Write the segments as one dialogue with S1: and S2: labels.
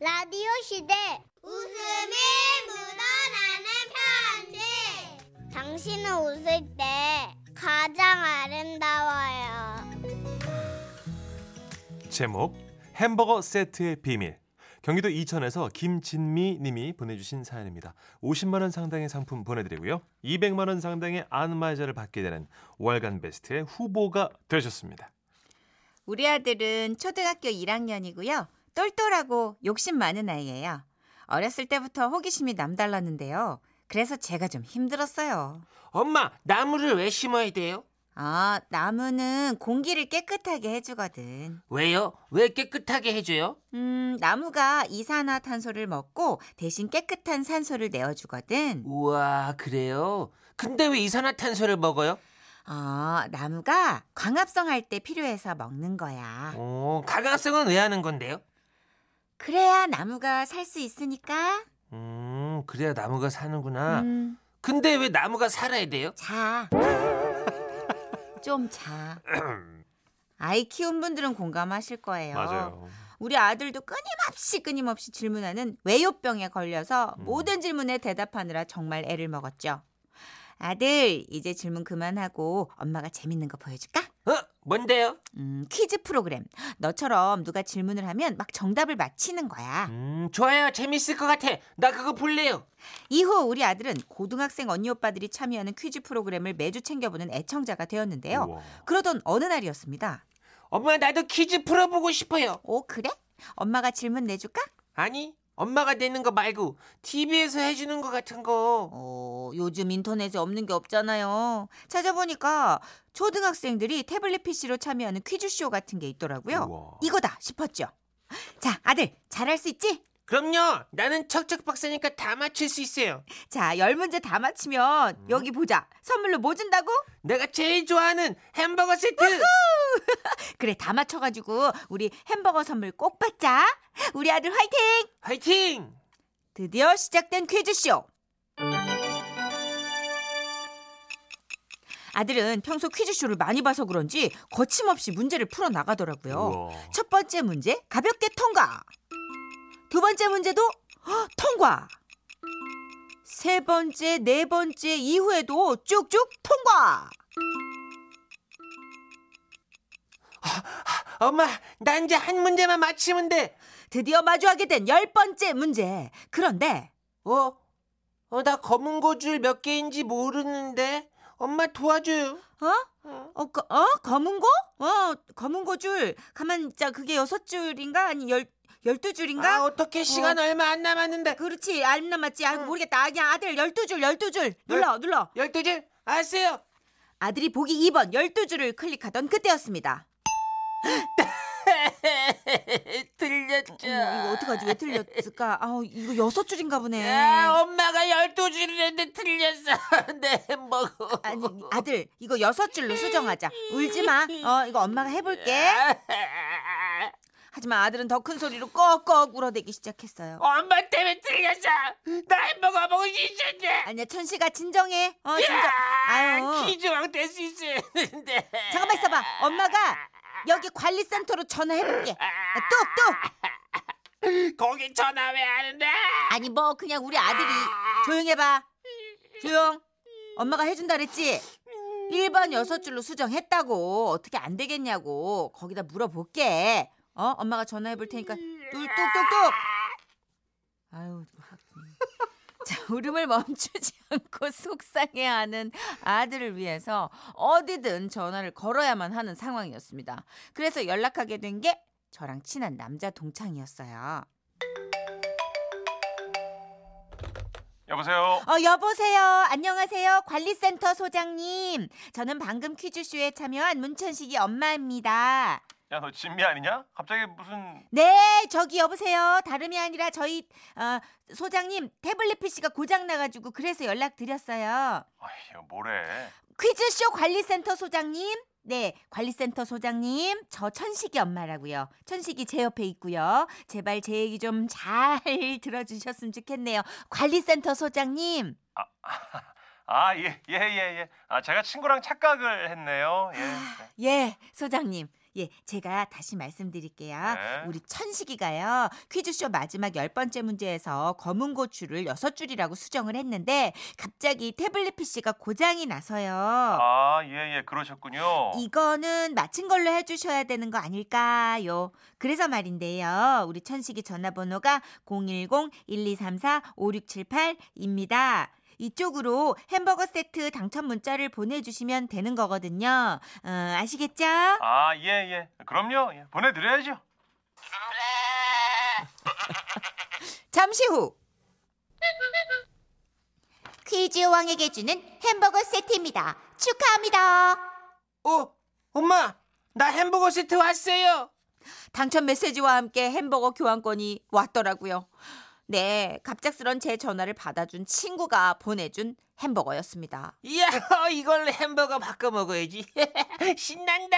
S1: 라디오 시대 웃음이 묻어나는 편지 당신은 웃을 때 가장 아름다워요
S2: 제목 햄버거 세트의 비밀 경기도 이천에서 김진미 님이 보내주신 사연입니다. 50만 원 상당의 상품 보내드리고요. 200만 원 상당의 안마의자를 받게 되는 월간 베스트의 후보가 되셨습니다.
S3: 우리 아들은 초등학교 1학년이고요. 똘똘하고 욕심 많은 아이예요. 어렸을 때부터 호기심이 남달랐는데요. 그래서 제가 좀 힘들었어요.
S4: 엄마, 나무를 왜 심어야 돼요?
S3: 아, 나무는 공기를 깨끗하게 해주거든.
S4: 왜요? 왜 깨끗하게 해줘요?
S3: 음, 나무가 이산화탄소를 먹고 대신 깨끗한 산소를 내어주거든.
S4: 우와, 그래요? 근데 왜 이산화탄소를 먹어요?
S3: 아, 나무가 광합성 할 때 필요해서 먹는 거야.
S4: 어, 가강성은 왜 하는 건데요?
S3: 그래야 나무가 살 수 있으니까.
S4: 음, 그래야 나무가 사는구나.
S3: 음,
S4: 근데 왜 나무가 살아야 돼요?
S3: 자. 좀 자. 아이 키운 분들은 공감하실 거예요.
S2: 맞아요.
S3: 우리 아들도 끊임없이 끊임없이 질문하는 외요병에 걸려서
S2: 음.
S3: 모든 질문에 대답하느라 정말 애를 먹었죠. 아들, 이제 질문 그만하고 엄마가 재밌는 거 보여줄까?
S4: 어, 뭔데요?
S3: 음, 퀴즈 프로그램. 너처럼 누가 질문을 하면 막 정답을 맞히는 거야.
S4: 음, 좋아요. 재밌을 것 같아. 나 그거 볼래요.
S3: 이후 우리 아들은 고등학생 언니 오빠들이 참여하는 퀴즈 프로그램을 매주 챙겨보는 애청자가 되었는데요.
S2: 우와.
S3: 그러던 어느 날이었습니다.
S4: 엄마, 나도 퀴즈 풀어보고 싶어요.
S3: 오, 그래? 엄마가 질문 내줄까?
S4: 아니, 엄마가 내는 거 말고 TV에서 해주는 거 같은 거.
S3: 어, 요즘 인터넷에 없는 게 없잖아요. 찾아보니까 초등학생들이 태블릿 PC로 참여하는 퀴즈쇼 같은 게 있더라고요.
S2: 우와.
S3: 이거다 싶었죠. 자, 아들, 잘할 수 있지?
S4: 그럼요. 나는 척척 박사니까 다 맞출 수 있어요.
S3: 자, 열 문제 다 맞히면
S2: 음.
S3: 여기 보자. 선물로 뭐 준다고?
S4: 내가 제일 좋아하는 햄버거 세트.
S3: 그래, 다 맞춰가지고 우리 햄버거 선물 꼭 받자. 우리 아들 화이팅!
S4: 화이팅!
S3: 드디어 시작된 퀴즈쇼. 아들은 평소 퀴즈쇼를 많이 봐서 그런지 거침없이 문제를 풀어 나가더라고요.
S2: 우와.
S3: 첫 번째 문제 가볍게 통과. 두 번째 문제도 헉, 통과. 세 번째, 네 번째 이후에도 쭉쭉 통과.
S4: 엄마, 나 이제 한 문제만 맞히면 돼.
S3: 드디어 마주하게 된 열 번째 문제. 그런데
S4: 어? 어, 나 검은 고줄 몇 개인지 모르는데. 엄마 도와줘요.
S3: 어? 어, 거, 어? 검은고? 어, 검은고 줄. 가만 있자. 그게 여섯 줄인가? 아니 열 열두 줄인가?
S4: 아, 어떻게 시간 얼마 안 남았는데.
S3: 그렇지. 안 남았지. 아,
S4: 응. 네.
S3: 모르겠다. 그냥 아들 열두 줄, 열두 줄. 눌러, 눌러.
S4: 12줄? 아세요?
S3: 아들이 보기 2번 12줄을 클릭하던 그때였습니다.
S4: 틀렸죠.
S3: 어머, 음, 이거 어떡하지? 왜 틀렸을까? 아우, 이거 여섯 줄인가 보네.
S4: 야, 엄마가 12줄을 했는데 틀렸어. 내 햄버거.
S3: 아니, 아들, 이거 여섯 줄로 수정하자. 울지 마. 어, 이거 엄마가
S4: 예.
S3: 해볼게. 하지만 아들은 더 큰 소리로 꺽꺽 울어대기 시작했어요.
S4: 엄마 때문에 틀렸어. 나 햄버거 먹을 수 있었는데.
S3: 아니야, 천식아, 진정해. 어, 진정. 아유.
S4: 예. 키즈왕 될 수 있었는데.
S3: 잠깐만 있어봐. 엄마가 여기 관리센터로 전화해볼게. 아, 뚝, 뚝.
S4: 거기 전화 왜 하는데?
S3: 아니, 뭐, 그냥 우리 아들이. 조용해봐. 조용. 엄마가 해준다 그랬지? 1번 여섯 줄로 수정했다고. 어떻게 안 되겠냐고. 거기다 물어볼게. 어? 엄마가 전화해볼 테니까 뚝뚝뚝뚝. 아유. 음. 자, 울음을 멈추지 않고 속상해하는 아들을 위해서 어디든 전화를 걸어야만 하는 상황이었습니다. 그래서 연락하게 된 게 저랑 친한 남자 동창이었어요.
S2: 여보세요.
S3: 어, 여보세요. 안녕하세요. 관리센터 소장님. 저는 방금 퀴즈쇼에 참여한 문천식이 엄마입니다.
S2: 야 너 진미 아니냐? 갑자기 무슨
S3: 네, 저기 여보세요. 다름이 아니라 저희 어, 소장님 태블릿 PC가 고장 나가지고 그래서 연락드렸어요.
S2: 아휴 뭐래?
S3: 퀴즈쇼 관리센터 소장님. 네, 관리센터 소장님. 저 천식이 엄마라고요. 천식이 제 옆에 있고요. 제발 제 얘기 좀 잘 들어주셨으면 좋겠네요. 관리센터 소장님.
S5: 아, 예, 예, 예, 예. 아, 제가 친구랑 착각을 했네요. 예. 네.
S3: 예, 소장님. 예, 제가 다시 말씀드릴게요.
S5: 네.
S3: 우리 천식이가요. 퀴즈쇼 마지막 열 번째 문제에서 검은 고추를 여섯 줄이라고 수정을 했는데 갑자기 태블릿 PC가 고장이 나서요.
S5: 아, 예, 예, 그러셨군요.
S3: 이거는 맞힌 걸로 해주셔야 되는 거 아닐까요? 그래서 말인데요. 우리 천식이 전화번호가 010-1234-5678입니다. 이쪽으로 햄버거 세트 당첨 문자를 보내주시면 되는 거거든요. 어, 아시겠죠?
S5: 아, 예, 예. 그럼요. 예, 보내드려야죠.
S3: 잠시 후.
S6: 퀴즈왕에게 주는 햄버거 세트입니다. 축하합니다.
S4: 어, 엄마, 나 햄버거 세트 왔어요.
S3: 당첨 메시지와 함께 햄버거 교환권이 왔더라고요. 네, 갑작스런 제 전화를 받아준 친구가 보내준 햄버거였습니다.
S4: 이야, 이걸로 햄버거 바꿔 먹어야지. 신난다.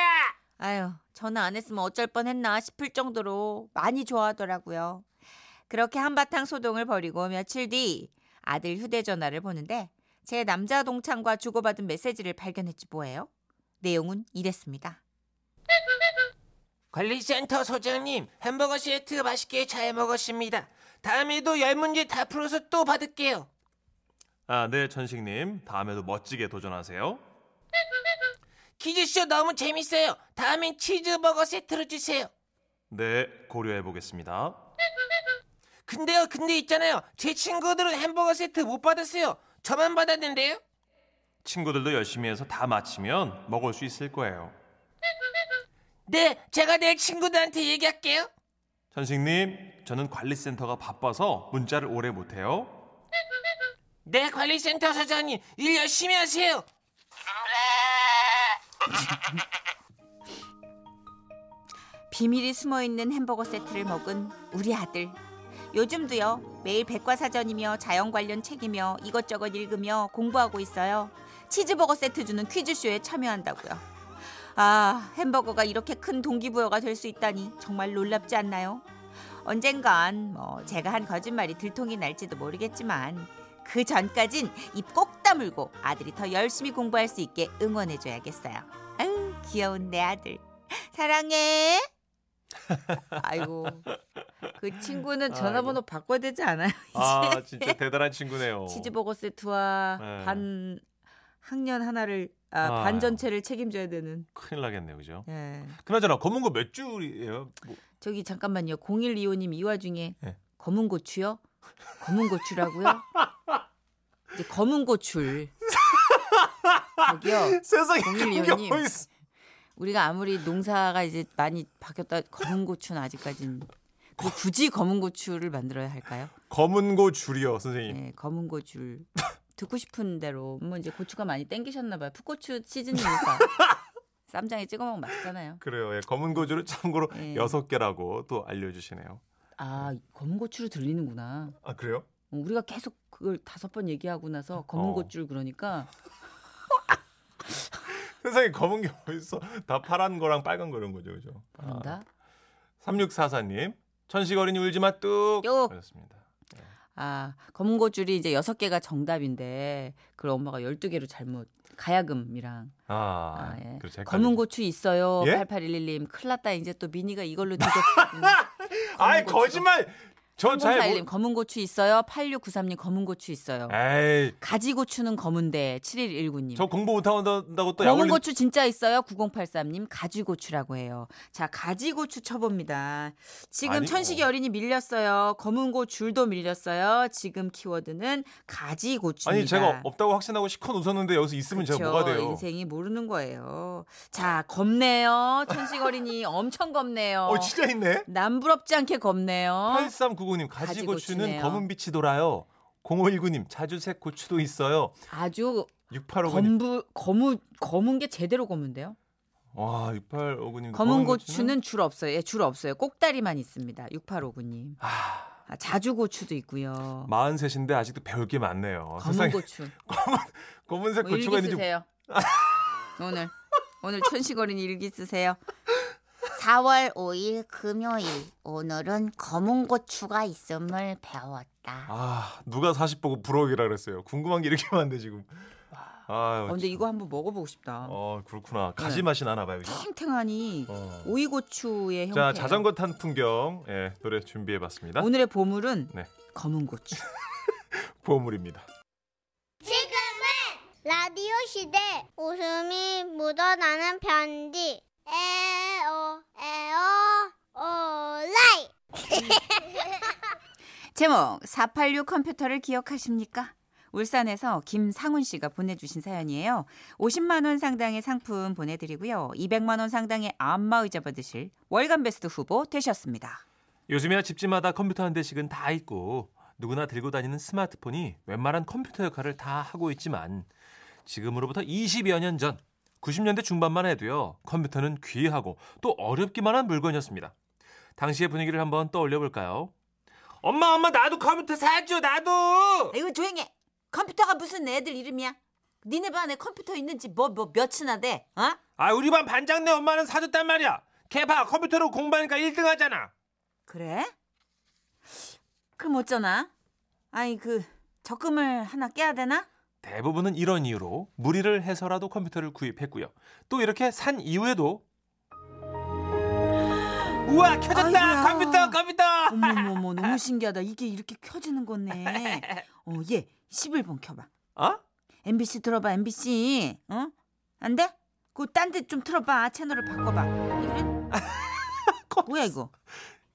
S3: 아유, 전화 안 했으면 어쩔 뻔했나 싶을 정도로 많이 좋아하더라고요. 그렇게 한바탕 소동을 벌이고 며칠 뒤 아들 휴대전화를 보는데 제 남자 동창과 주고받은 메시지를 발견했지 뭐예요. 내용은 이랬습니다.
S4: 관리센터 소장님, 햄버거 세트 맛있게 잘 먹었습니다. 다음에도 열 문제 다 풀어서 또 받을게요.
S2: 아, 네, 천식님. 다음에도 멋지게 도전하세요.
S4: 퀴즈쇼 너무 재밌어요. 다음엔 치즈버거 세트로 주세요.
S2: 네, 고려해 보겠습니다.
S4: 근데요, 근데 있잖아요. 제 친구들은 햄버거 세트 못 받았어요. 저만 받았는데요.
S2: 친구들도 열심히 해서 다 마치면 먹을 수 있을 거예요.
S4: 네, 제가 내 친구들한테 얘기할게요.
S2: 천식님, 저는 관리센터가 바빠서 문자를 오래 못 해요.
S4: 네, 관리센터 사장님, 일 열심히 하세요.
S3: 비밀이 숨어 있는 햄버거 세트를 먹은 우리 아들. 요즘도요 매일 백과사전이며 자연 관련 책이며 이것저것 읽으며 공부하고 있어요. 치즈버거 세트 주는 퀴즈쇼에 참여한다고요. 아 햄버거가 이렇게 큰 동기부여가 될 수 있다니 정말 놀랍지 않나요? 언젠간 뭐 제가 한 거짓말이 들통이 날지도 모르겠지만 그 전까진 입 꼭 다물고 아들이 더 열심히 공부할 수 있게 응원해줘야겠어요. 아유 귀여운 내 아들. 사랑해. 아이고 그 친구는 전화번호 바꿔야 되지 않아요?
S2: 아, 진짜 대단한 친구네요.
S3: 치즈버거 세트와
S2: 어. 네.
S3: 반 학년 하나를 아,
S2: 아.
S3: 반 전체를 책임져야 되는.
S2: 큰일 나겠네요, 그죠?
S3: 예.
S2: 그나저나 검은 거 몇 줄이에요? 뭐,
S3: 저기 잠깐만요. 0125님 이 와중에
S2: 네.
S3: 검은 고추요? 검은 고추라고요? 이제 검은 고출. 저기요.
S2: 세상에
S3: 공일이오님.
S2: 그런 게 어딨어.
S3: 우리가 아무리 농사가 이제 많이 바뀌었다 검은 고추는 아직까진 그 굳이 검은 고추를 만들어야 할까요?
S2: 검은 고 줄이요, 선생님.
S3: 네, 검은 고추 듣고 싶은 대로 뭐 이제 고추가 많이 땡기셨나 봐요. 풋고추 시즌이니까 쌈장에 찍어 먹으면 맛있잖아요.
S2: 그래요. 예, 검은 고 줄을 참고로
S3: 예.
S2: 여섯 개라고 또 알려주시네요.
S3: 아, 검은 고추로 들리는구나.
S2: 아 그래요?
S3: 어, 우리가 계속 그걸 다섯 번 얘기하고 나서 검은
S2: 어.
S3: 고추를 그러니까
S2: 세상에 검은 게 어딨어? 다 파란 거랑 빨간 거런 거죠, 그죠?
S3: 그런다.
S2: 3644님. 천식 어린이 울지마 뚝.
S3: 뚝.
S2: 그렇습니다.
S3: 아, 검은 고추리 이제 여섯 개가 정답인데 그걸 엄마가 열두 개로 잘못 가야금이랑
S2: 아,
S3: 아, 예.
S2: 그렇죠.
S3: 검은 고추 있어요.
S2: 예?
S3: 8811님. 큰일 났다. 이제 또 미니가 이걸로 뒤져.
S2: 아이 거짓말. 저잘
S3: 00411님
S2: 모...
S3: 검은 고추 있어요. 8693님 검은 고추 있어요.
S2: 에이,
S3: 가지 고추는 검은데 7119님.
S2: 저 공부 못 한다고 또
S3: 검은
S2: 약올린
S3: 고추 진짜 있어요. 9083님 가지 고추라고 해요. 자, 가지 고추 쳐봅니다. 지금
S2: 아니,
S3: 천식이
S2: 뭐.
S3: 어린이 밀렸어요. 검은 고 줄도 밀렸어요. 지금 키워드는 가지 고추입니다.
S2: 아니 제가 없다고 확신하고 시컷 웃었는데 여기서 있으면 제가 뭐가 돼요?
S3: 인생이 모르는 거예요. 자, 겁네요. 천식 어린이 엄청 겁네요.
S2: 어 진짜 있네.
S3: 남부럽지 않게 겁네요.
S2: 8399님 가지
S3: 어? 가지
S2: 고추는
S3: 고추네요.
S2: 검은 빛이 돌아요. 0519님 자주색 고추도 있어요.
S3: 아주
S2: 6859님
S3: 검부 검은 검은 게 제대로 검은데요.
S2: 와 6859님
S3: 검은 고추는 줄 없어요. 예, 줄 없어요. 꼭다리만 있습니다. 6859님.
S2: 아,
S3: 아, 자주 고추도 있고요.
S2: 43인데 아직도 배울 게 많네요. 뭐,
S3: 검은
S2: 세상에
S3: 고추.
S2: 검은색
S3: 뭐
S2: 고추가
S3: 일기
S2: 있는지
S3: 쓰세요. 오늘 오늘 천식어린 일기 쓰세요.
S6: 4월 5일 금요일 오늘은 검은 고추가 있음을 배웠다.
S2: 아 누가 40 보고 부러우기라 그랬어요. 궁금한 게 이렇게 많은데 지금 아유,
S3: 아, 근데 이거 한번 먹어보고 싶다.
S2: 어 그렇구나. 가지 맛이 나나 봐요. 이게.
S3: 탱탱하니
S2: 어.
S3: 오이고추의 형태.
S2: 자 자전거 탄 풍경 예, 노래 준비해봤습니다.
S3: 오늘의 보물은
S2: 네.
S3: 검은 고추.
S2: 보물입니다.
S1: 지금은 라디오 시대 웃음이 묻어나는 편지 에어 에어 오라이
S3: 제목 486 컴퓨터를 기억하십니까? 울산에서 김상훈 씨가 보내주신 사연이에요. 50만 원 상당의 상품 보내드리고요. 200만 원 상당의 안마의자 받으실 월간 베스트 후보 되셨습니다.
S2: 요즘이야 집집마다 컴퓨터 한 대씩은 다 있고 누구나 들고 다니는 스마트폰이 웬만한 컴퓨터 역할을 다 하고 있지만 지금으로부터 20여 년 전 90년대 중반만 해도요 컴퓨터는 귀하고 또 어렵기만 한 물건이었습니다. 당시의 분위기를 한번 떠올려 볼까요?
S4: 엄마 엄마 나도 컴퓨터 사줘 나도.
S3: 아, 이거 조용해. 컴퓨터가 무슨 애들 이름이야? 니네 반에 컴퓨터 있는지 뭐 뭐 몇이나 돼? 어?
S4: 아 우리 반 반장네 엄마는 사줬단 말이야. 걔봐 컴퓨터로 공부하니까 1등 하잖아.
S3: 그래? 그럼 어쩌나? 아니 그 적금을 하나 깨야 되나?
S2: 대부분은 이런 이유로 무리를 해서라도 컴퓨터를 구입했고요. 또 이렇게 산 이후에도
S4: 우와 켜졌다
S3: 아이고야.
S4: 컴퓨터 컴퓨터.
S3: 어머머머 너무 신기하다. 이게 이렇게 켜지는 거네. 어, 얘 11번 켜봐.
S2: 아
S3: MBC 들어봐 MBC. 어? 안 돼? 그 딴 데 좀 틀어봐. 채널을 바꿔봐. 이런. 뭐야 이거?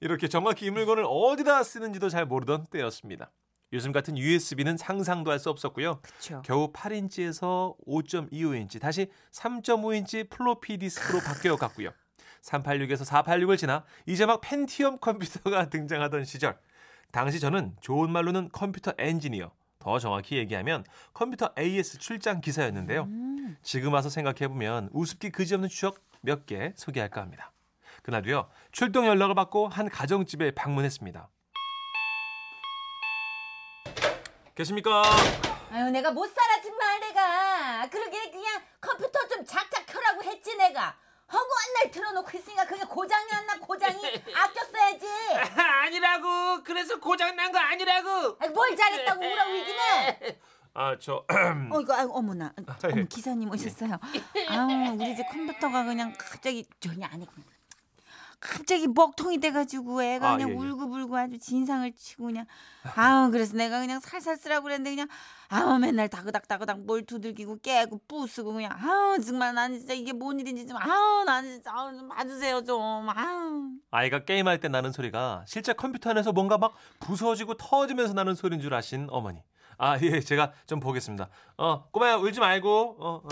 S2: 이렇게 정확히 이 물건을 어디다 쓰는지도 잘 모르던 때였습니다. 요즘 같은 USB는 상상도 할 수 없었고요.
S3: 그쵸.
S2: 겨우 8인치에서 5.25인치 다시 3.5인치 플로피 디스크로 바뀌어 갔고요. 386에서 486을 지나 이제 막 펜티엄 컴퓨터가 등장하던 시절. 당시 저는 좋은 말로는 컴퓨터 엔지니어, 더 정확히 얘기하면 컴퓨터 AS 출장 기사였는데요.
S3: 음.
S2: 지금 와서 생각해보면 우습기 그지없는 추억 몇 개 소개할까 합니다. 그날도요 출동 연락을 받고 한 가정집에 방문했습니다. 계십니까?
S3: 아유 내가 못 살아 정말 내가. 그러게 그냥 컴퓨터 좀 작작 켜라고 했지 내가. 허구한 날 틀어놓고 있으니까 그게 고장이 안 나 고장이 아껴 써야지.
S4: 아니라고 그래서 고장 난 거 아니라고.
S3: 아이, 뭘 잘했다고 우라 울기는.
S2: 아저
S3: 어 이거 아이고 어머나 어머,
S2: 예.
S3: 기사님 오셨어요. 아우 우리 집 컴퓨터가 그냥 갑자기 전혀 아니 갑자기 먹통이 돼가지고 애가
S2: 아,
S3: 그냥
S2: 예, 예.
S3: 울고불고 아주 진상을 치고 그냥 아우 그래서 내가 그냥 살살 쓰라고 그랬는데 그냥 아우 맨날 다그닥다그닥 뭘 두들기고 깨고 부수고 그냥 아우 정말 나는 진짜 이게 뭔 일인지 좀 아우 나는 진짜 아우 좀 봐주세요 좀 아우
S2: 아이가 게임할 때 나는 소리가 실제 컴퓨터 안에서 뭔가 막 부서지고 터지면서 나는 소리인 줄 아신 어머니. 아 예 제가 좀 보겠습니다. 어 꼬마야 울지 말고 어 어.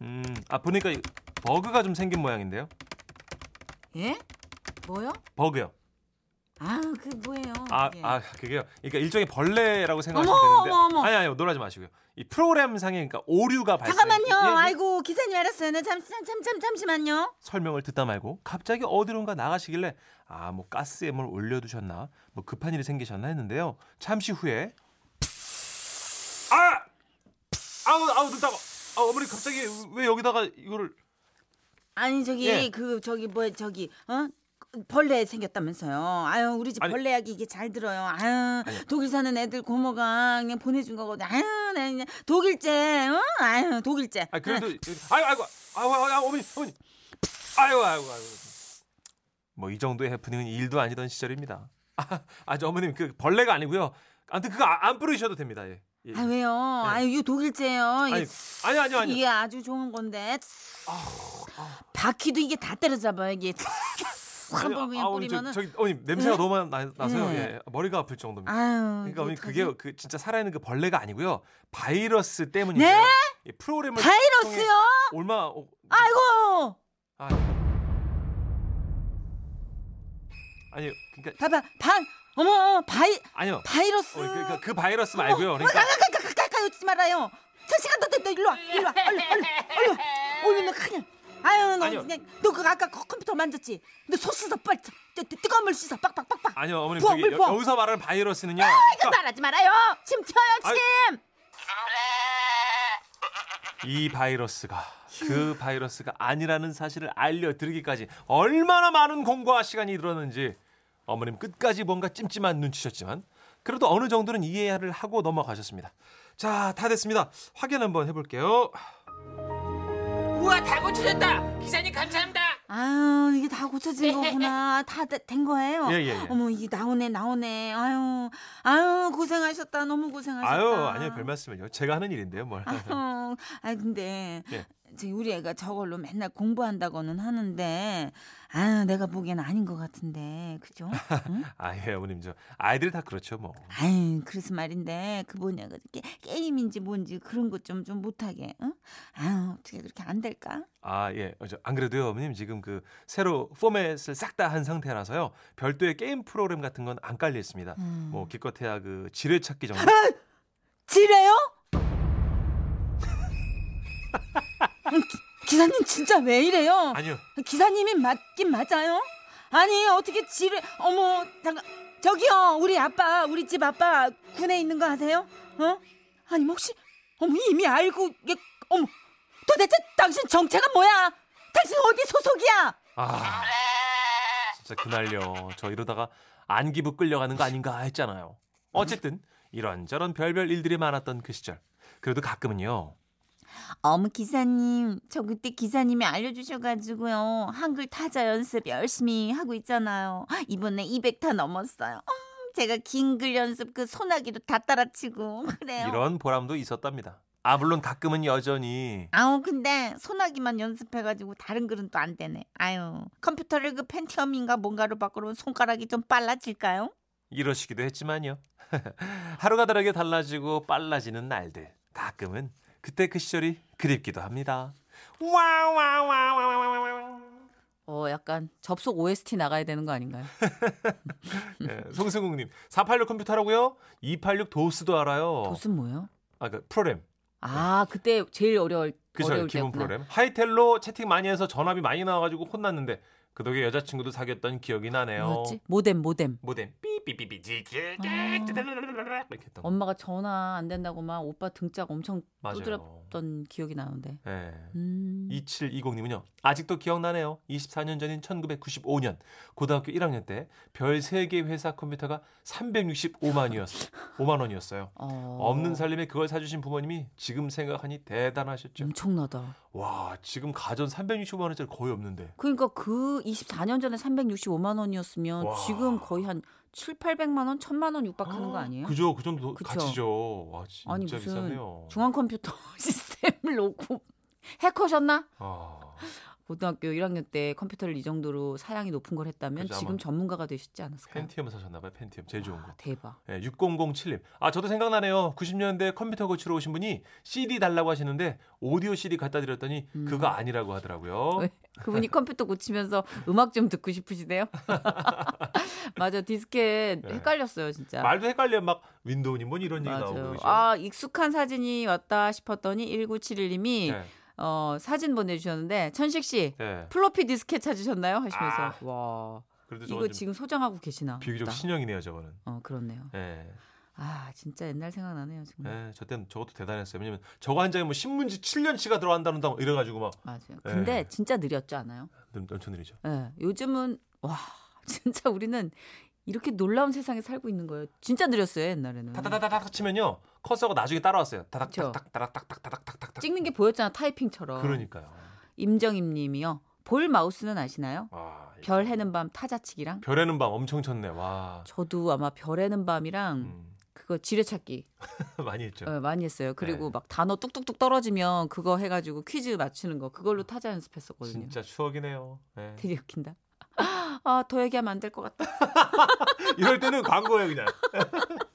S2: 음아 보니까 이 버그가 좀 생긴 모양인데요.
S3: 예? 뭐요?
S2: 버그요.
S3: 아우 그 뭐예요?
S2: 아,
S3: 그게.
S2: 아, 그게요. 그러니까 일종의 벌레라고 생각하시면
S3: 어머,
S2: 되는데.
S3: 어머, 어머.
S2: 아니, 아니요. 놀라지 마시고요. 이 프로그램 상에 그러니까 오류가 발생.
S3: 잠깐만요.
S2: 예, 예.
S3: 아이고 기사님 알았어요. 나 잠시 잠잠 잠시만요.
S2: 설명을 듣다 말고 갑자기 어디론가 나가시길래 아, 뭐 가스에 뭘 올려 두셨나? 뭐 급한 일이 생기셨나 했는데요. 잠시 후에 아! 아우, 아우 눈 따가. 아, 어머니 갑자기 왜 여기다가 이거를
S3: 아니 저기
S2: 예.
S3: 그 저기 뭐 저기 어 벌레 생겼다면서요. 아유 우리 집
S2: 아니.
S3: 벌레 약이 이게 잘 들어요. 아유 독일 사는 애들 고모가 그냥 보내준 거거든. 아유 나 그냥 독일제 어 아유 독일제.
S2: 아, 그래도 아유, 아이고. 아유, 아유, 아유, 어머니, 어머니. 아유, 아유, 아유. 뭐 이 정도의 해프닝은 일도 아니던 시절입니다. 아, 아, 저 어머님 그 벌레가 아니고요. 아무튼 그거 아- 안 뿌리셔도 됩니다. 예. 예.
S3: 아 왜요? 아유 이거 독일제예요.
S2: 아니, 아,
S3: 이게,
S2: 아니, 아니, 아니.
S3: 이게 아주 좋은 건데. 바퀴도 이게 다 때려잡아요 이게.
S2: 아니,
S3: 한번 그냥
S2: 아우,
S3: 뿌리면은
S2: 저, 저기 어머님 냄새가
S3: 예?
S2: 너무 많이 나- 나서요.
S3: 예.
S2: 예. 머리가 아플 정도입니다.
S3: 아유.
S2: 그러니까 어머니
S3: 이게
S2: 그게 그 진짜 살아있는 그 벌레가 아니고요. 바이러스 때문이에요.
S3: 네?
S2: 이 프로그램을
S3: 바이러스요?
S2: 얼마 어,
S3: 아이고.
S2: 아. 아니, 그러니까
S3: 봐봐 반 어머 바이
S2: 아니요.
S3: 바이러스.
S2: 어, 그러니까 그 바이러스 말고요.
S3: 어머, 아,
S2: 그러니까
S3: 가까이 가까이 가까이 오지 말아요. 저 시간 너, 너, 너 일로 와 일로 와 얼른 얼른 얼른 얼른 너 그냥 아유 너
S2: 아니요.
S3: 그냥 너그 아까 그 컴퓨터 만졌지? 너 소 씻어 빨리 뜨, 뜨, 뜨거운 물 씻어 빡빡빡빡.
S2: 아니요 어머님
S3: 부엌,
S2: 저기
S3: 물
S2: 여-
S3: 부엌. 아,
S2: 여기서 말하는 바이러스는요. 그러니까
S3: 이거 말하지 말아요. 침 튀어요
S2: 아유.
S3: 침.
S2: 이 바이러스가 그 바이러스가 아니라는 사실을 알려드리기까지 얼마나 많은 공과 시간이 들었는지 어머님 끝까지 뭔가 찜찜한 눈치셨지만 그래도 어느 정도는 이해를 하고 넘어가셨습니다. 자, 다 됐습니다. 확인 한번 해볼게요.
S4: 우와 다 고쳐졌다. 기사님 감사합니다.
S3: 아유 이게 다 고쳐진 거구나 다 된 거예요
S2: 예, 예, 예.
S3: 어머 이게 나오네 나오네 아유 아유 고생하셨다 너무 고생하셨다
S2: 아유, 아니요, 별 말씀을요. 제가 하는 일인데요, 뭘.
S3: 아유 아 근데
S2: 예.
S3: 저희 우리 애가 저걸로 맨날 공부한다고는 하는데 아유 내가 보기엔 아닌 것 같은데 그죠? 응?
S2: 아, 예, 어머님 저 아이들이 다 그렇죠, 뭐.
S3: 아유 그래서 말인데 그 뭐냐 그 게, 게임인지 뭔지 그런 것 좀 좀 못하게 응? 아유 어떻게 그렇게 안 될까?
S2: 아, 예. 어, 저안 그래도요, 어머님 지금 그 새로 포맷을 싹 다 한 상태라서요. 별도의 게임 프로그램 같은 건 안 깔려 있습니다.
S3: 음.
S2: 뭐 기껏해야 그 지뢰 찾기 정도.
S3: 지뢰요? 음, 기- 기사님 진짜 왜 이래요?
S2: 아니요.
S3: 기사님이 맞긴 맞아요? 아니 어떻게 지뢰 어머 잠깐 저기요 우리 아빠 우리 집 아빠 군에 있는 거 아세요? 어? 아니 혹시 어머 이미 알고 얘, 어머 도대체 당신 정체가 뭐야? 당신 어디 소속이야?
S2: 아, 진짜 그날요. 저 이러다가 안기부 끌려가는 거 아닌가 했잖아요. 어쨌든 이런저런 별별 일들이 많았던 그 시절. 그래도 가끔은요.
S6: 어머 기사님, 저 그때 기사님이 알려주셔가지고요. 한글 타자 연습 열심히 하고 있잖아요. 이번에 200타 넘었어요. 음, 제가 긴 글 연습 그 소나기도 다 따라치고
S7: 네.
S6: 그래요.
S2: 이런 보람도 있었답니다. 아 물론 가끔은 여전히
S6: 아우 어, 근데 소나기만 연습해가지고 다른 글은 또 안 되네. 아유 컴퓨터를 그 펜티엄인가 뭔가로 바꾸면 손가락이 좀 빨라질까요?
S2: 이러시기도 했지만요. 하루가 다르게 달라지고 빨라지는 날들. 가끔은 그때 그 시절이 그립기도 합니다.
S7: 어, 약간 접속 OST 나가야 되는 거 아닌가요?
S2: 예, 송승욱님, 486 컴퓨터라고요? 286 도스도 알아요.
S7: 도수 뭐예요?
S2: 아, 그 프로그램.
S7: 아, 그때 제일 어려울
S2: 그죠
S7: 어려울
S2: 기본
S7: 때였구나.
S2: 프로그램 하이텔로 채팅 많이 해서 전압이 많이 나와가지고 혼났는데 그 덕에 여자친구도 사귀었던 기억이 나네요 아.
S7: 뭐였지? 모뎀, 모뎀.
S2: 모뎀 삐삐삐삐 지지직 이렇게 했던 거
S7: 엄마가 전화 안 된다고 막 오빠 등짝 엄청
S2: 맞아요
S7: 두드렸던 기억이 나는데.
S2: 예.
S7: 음.
S2: 2720님은요 아직도 기억나네요 24년 전인 1995년 고등학교 1학년 때 별 3개 회사 컴퓨터가 365만이었어요 5만 원이었어요
S7: 어.
S2: 없는 살림에 그걸 사주신 부모님이 지금 생각하니
S7: 음.
S2: 대단하셨죠
S7: 엄청나다.
S2: 와 지금 가전 365만 원짜리 거의 없는데
S7: 그러니까 그 24년 전에 365만 원이었으면
S2: 와.
S7: 어, 지금 거의 한 7, 800만 원, 1000만 원 육박하는 거 아니에요?
S2: 그죠, 그 정도
S7: 그쵸.
S2: 가치죠. 와, 진짜
S7: 아니, 무슨
S2: 비싼데요.
S7: 중앙 컴퓨터 시스템을 놓고 해커셨나?
S2: 아,
S7: 고등학교 1학년 때 컴퓨터를 이 정도로 사양이 높은 걸 했다면
S2: 그죠, 아마.
S7: 지금 전문가가 되시지 않았을까요? 아,
S2: 펜티엄 사셨나봐요, 펜티엄 제일 좋은 거.
S7: 대박.
S2: 예, 6007님. 아, 저도 생각나네요. 90년대 컴퓨터 고치러 오신 분이 CD 달라고 하시는데 오디오 CD 갖다 드렸더니
S7: 음.
S2: 그거 아니라고 하더라고요.
S7: 왜? 그분이 컴퓨터 고치면서 음악 좀 듣고 싶으시대요? 맞아, 디스켓
S2: 네.
S7: 헷갈렸어요, 진짜.
S2: 말도 헷갈려 막 윈도우니 뭐니 이런 얘기 나오고
S7: 맞아요.
S2: 그죠.
S7: 아, 익숙한 사진이 왔다 싶었더니 1971님이
S2: 예,
S7: 어, 사진 보내주셨는데, 천식 씨,
S2: 예.
S7: 플로피 디스켓 찾으셨나요? 하시면서.
S2: 아.
S7: 와,
S2: 그래도
S7: 이거
S2: 저건 좀
S7: 지금 소장하고 계시나?
S2: 비교적
S7: 보다.
S2: 신형이네요, 저거는.
S7: 어, 그렇네요.
S2: 예,
S7: 아, 진짜 옛날 생각나네요, 정말.
S2: 예, 저 때는 저것도 대단했어요. 왜냐면 저거 한 장에 뭐 신문지 7년치가 들어간다는다 뭐 이래가지고 막
S7: 맞아요. 근데
S2: 예.
S7: 진짜 느렸지 않아요?
S2: 엄- 엄청 느리죠.
S7: 예, 요즘은 와 진짜 우리는 이렇게 놀라운 세상에 살고 있는 거예요. 진짜 느렸어요 옛날에는.
S2: 타다다닥 치면요 커서가 나중에 따라왔어요.
S7: 그쵸.
S2: 다닥닥닥 다닥닥닥 다닥닥닥
S7: 찍는 게 보였잖아 타이핑처럼.
S2: 그러니까요.
S7: 임정임님이요. 볼 마우스는 아시나요?
S2: 와, 이거.
S7: 별 해는 밤 타자치기랑.
S2: 별에는 밤 엄청 쳤네. 와
S7: 저도 아마 별 해는 밤이랑
S2: 음,
S7: 그거 지뢰찾기
S2: 많이 했죠.
S7: 어, 많이 했어요. 그리고
S2: 네.
S7: 막 단어 뚝뚝뚝 떨어지면 그거 해가지고 퀴즈 맞추는 거 그걸로
S2: 음.
S7: 타자 연습했었거든요.
S2: 진짜 추억이네요. 예.
S7: 되게 웃긴다. 아 더 얘기하면 안 될 것 같다.
S2: 이럴 때는 광고예요 그냥.